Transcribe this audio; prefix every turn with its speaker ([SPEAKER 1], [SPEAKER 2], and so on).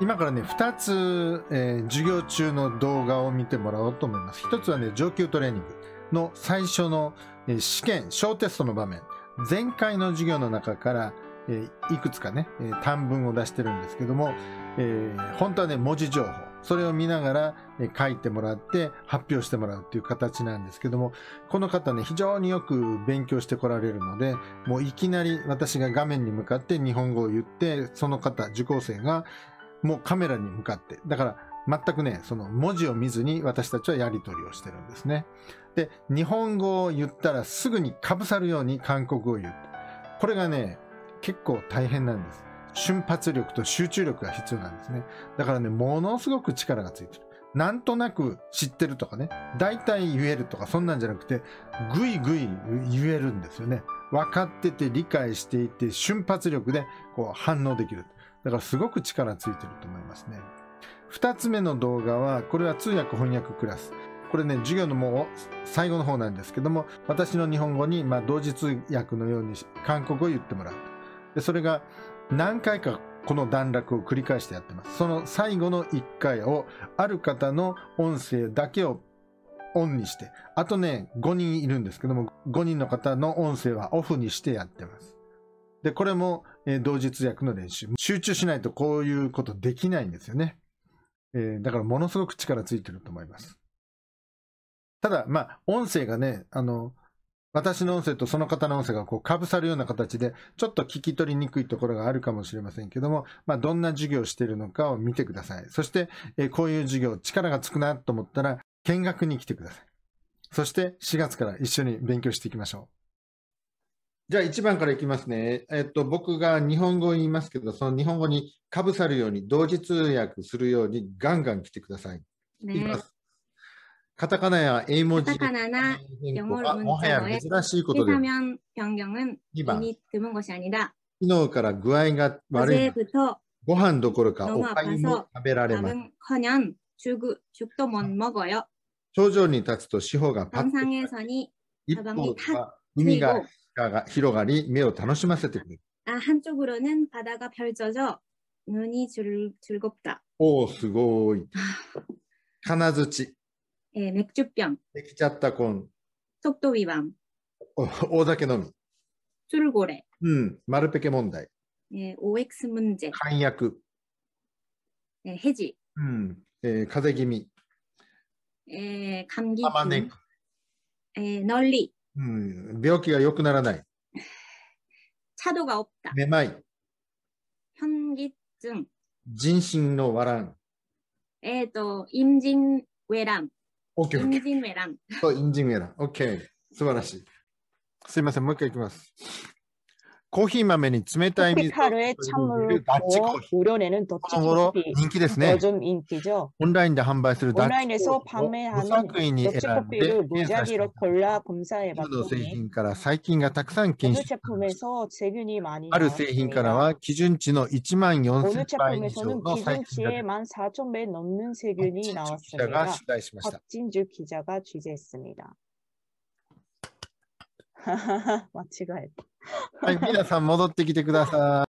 [SPEAKER 1] 今からね2つ、えー授業中の動画を見てもらおうと思います1つはね上級トレーニングの最初の、えー試験小テストの場面前回の授業の中から、えーいくつかね、えー短文を出してるんですけども、えー本当はね文字情報それを見ながら、えー書いてもらって発表してもらうっていう形なんですけどもこの方ね非常によく勉強してこられるのでもういきなり私が画面に向かって日本語を言ってその方受講生がもうカメラに向かってだから全くねその文字を見ずに私たちはやり取りをしてるんですねで日本語を言ったらすぐにかぶさるように韓国語を言うこれがね結構大変なんです瞬発力と集中力が必要なんですねだからねものすごく力がついてるなんとなく知ってるとかね大体言えるとかそんなんじゃなくてぐいぐい言えるんですよね分かってて理解していて瞬発力でこう反応できるだからすごく力ついてると思いますね。二つ目の動画は、これは通訳翻訳クラス。これね、授業のもう最後の方なんですけども、私の日本語に、まあ、同時通訳のようにし韓国語を言ってもらうと。で、それが何回かこの段落を繰り返してやってます。その最後の一回を、ある方の音声だけをオンにして、あとね、5人いるんですけども、5人の方の音声はオフにしてやってます。で、これも、えー同時通訳の練習。集中しないとこういうことできないんですよね。えーだからものすごく力ついてると思います。ただ、まあ、音声がね、あの、私の音声とその方の音声がこう被さるような形で、ちょっと聞き取りにくいところがあるかもしれませんけども、まあ、どんな授業をしているのかを見てください。そして、えーこういう授業、力がつくなと思ったら、見学に来てください。そして、4月から一緒に勉強していきましょう。じゃあ1番からいきますね。えっと、僕が日本語を言いますけど、その日本語にかぶさるように、同時通訳するように、ガンガン来てください。いき
[SPEAKER 2] ね
[SPEAKER 1] ま。す。カタカナや英文字で
[SPEAKER 2] カタカナな
[SPEAKER 1] 変更
[SPEAKER 2] ヨモル
[SPEAKER 1] あ
[SPEAKER 2] 文
[SPEAKER 1] もはや
[SPEAKER 2] 章へ
[SPEAKER 1] 珍しいことで
[SPEAKER 2] 1사면 변경은
[SPEAKER 1] 2番
[SPEAKER 2] 이미 드문 것이 아니다.
[SPEAKER 1] 昨日から具合が悪い
[SPEAKER 2] 어제부터
[SPEAKER 1] ご飯どころか
[SPEAKER 2] 너무
[SPEAKER 1] おかゆも食べられます
[SPEAKER 2] 밥은커녕 죽, 죽도 못 먹어요.
[SPEAKER 1] 頂上に立つと四方がパッと
[SPEAKER 2] 정상에서니
[SPEAKER 1] 一
[SPEAKER 2] 鏡
[SPEAKER 1] 方
[SPEAKER 2] 立つ
[SPEAKER 1] は海
[SPEAKER 2] 트이고
[SPEAKER 1] が広がり目を楽しませてくれる
[SPEAKER 2] 아, 한쪽으로는 바다가 펼쳐져 눈이 즐, 즐겁다.
[SPEAKER 1] おおすごい金槌
[SPEAKER 2] 예, 맥주병,
[SPEAKER 1] できちゃったコン
[SPEAKER 2] 속도 위반,
[SPEAKER 1] お 大酒飲み
[SPEAKER 2] 술고래,
[SPEAKER 1] うん丸ペケ問題
[SPEAKER 2] 예, OX 문제,
[SPEAKER 1] 漢薬
[SPEAKER 2] 예, 해지,
[SPEAKER 1] うん、えー風邪気味
[SPEAKER 2] 예, 감기,
[SPEAKER 1] 玉ね
[SPEAKER 2] 등, 예, 널리,
[SPEAKER 1] うん、病気が良くならない
[SPEAKER 2] 차도가 없다.
[SPEAKER 1] めまい
[SPEAKER 2] 현기증,
[SPEAKER 1] 人心のわらん
[SPEAKER 2] 예, 또 임진 외람,
[SPEAKER 1] オッケーオッケー
[SPEAKER 2] 임진 외람.
[SPEAKER 1] そう、インジンエラ。OK。素晴らしい。すいません、もう一回いきます。コーヒー豆に冷たい水を
[SPEAKER 3] 커피카르에 찬물을
[SPEAKER 1] ダッチコー
[SPEAKER 3] 부어
[SPEAKER 1] ヒ
[SPEAKER 3] 우려내는
[SPEAKER 1] ー。この頃
[SPEAKER 3] 더치커피
[SPEAKER 1] 人気ですね。
[SPEAKER 3] 요즘 인기죠.
[SPEAKER 1] オンラインで販売するダッチ
[SPEAKER 3] 온라인에서
[SPEAKER 1] コーヒーを無
[SPEAKER 3] 판매하는
[SPEAKER 1] 作為に選んで
[SPEAKER 3] 더치커피를
[SPEAKER 1] 検査した
[SPEAKER 3] 무작위로 골라 검사해
[SPEAKER 1] 一部の製
[SPEAKER 3] 봤더니
[SPEAKER 1] 品から細菌がたくさん検出
[SPEAKER 3] 어느
[SPEAKER 1] されました
[SPEAKER 3] 제품에서 세균이 많이
[SPEAKER 1] ある製品から
[SPEAKER 3] 나
[SPEAKER 1] は
[SPEAKER 3] 왔습니다.
[SPEAKER 1] 基準値の1万4000
[SPEAKER 3] 어느
[SPEAKER 1] 倍以上
[SPEAKER 3] 제품에서는
[SPEAKER 1] の細菌が
[SPEAKER 3] 기준치에
[SPEAKER 1] 出た。
[SPEAKER 3] 14,000배 넘는
[SPEAKER 1] 新
[SPEAKER 3] 세균이
[SPEAKER 1] 宿記者が
[SPEAKER 3] 나왔습니다.
[SPEAKER 1] 取材しました。
[SPEAKER 3] 박진주 기자가 취재했습니다. 마치가 했다.
[SPEAKER 1] はい、皆さん戻ってきてください。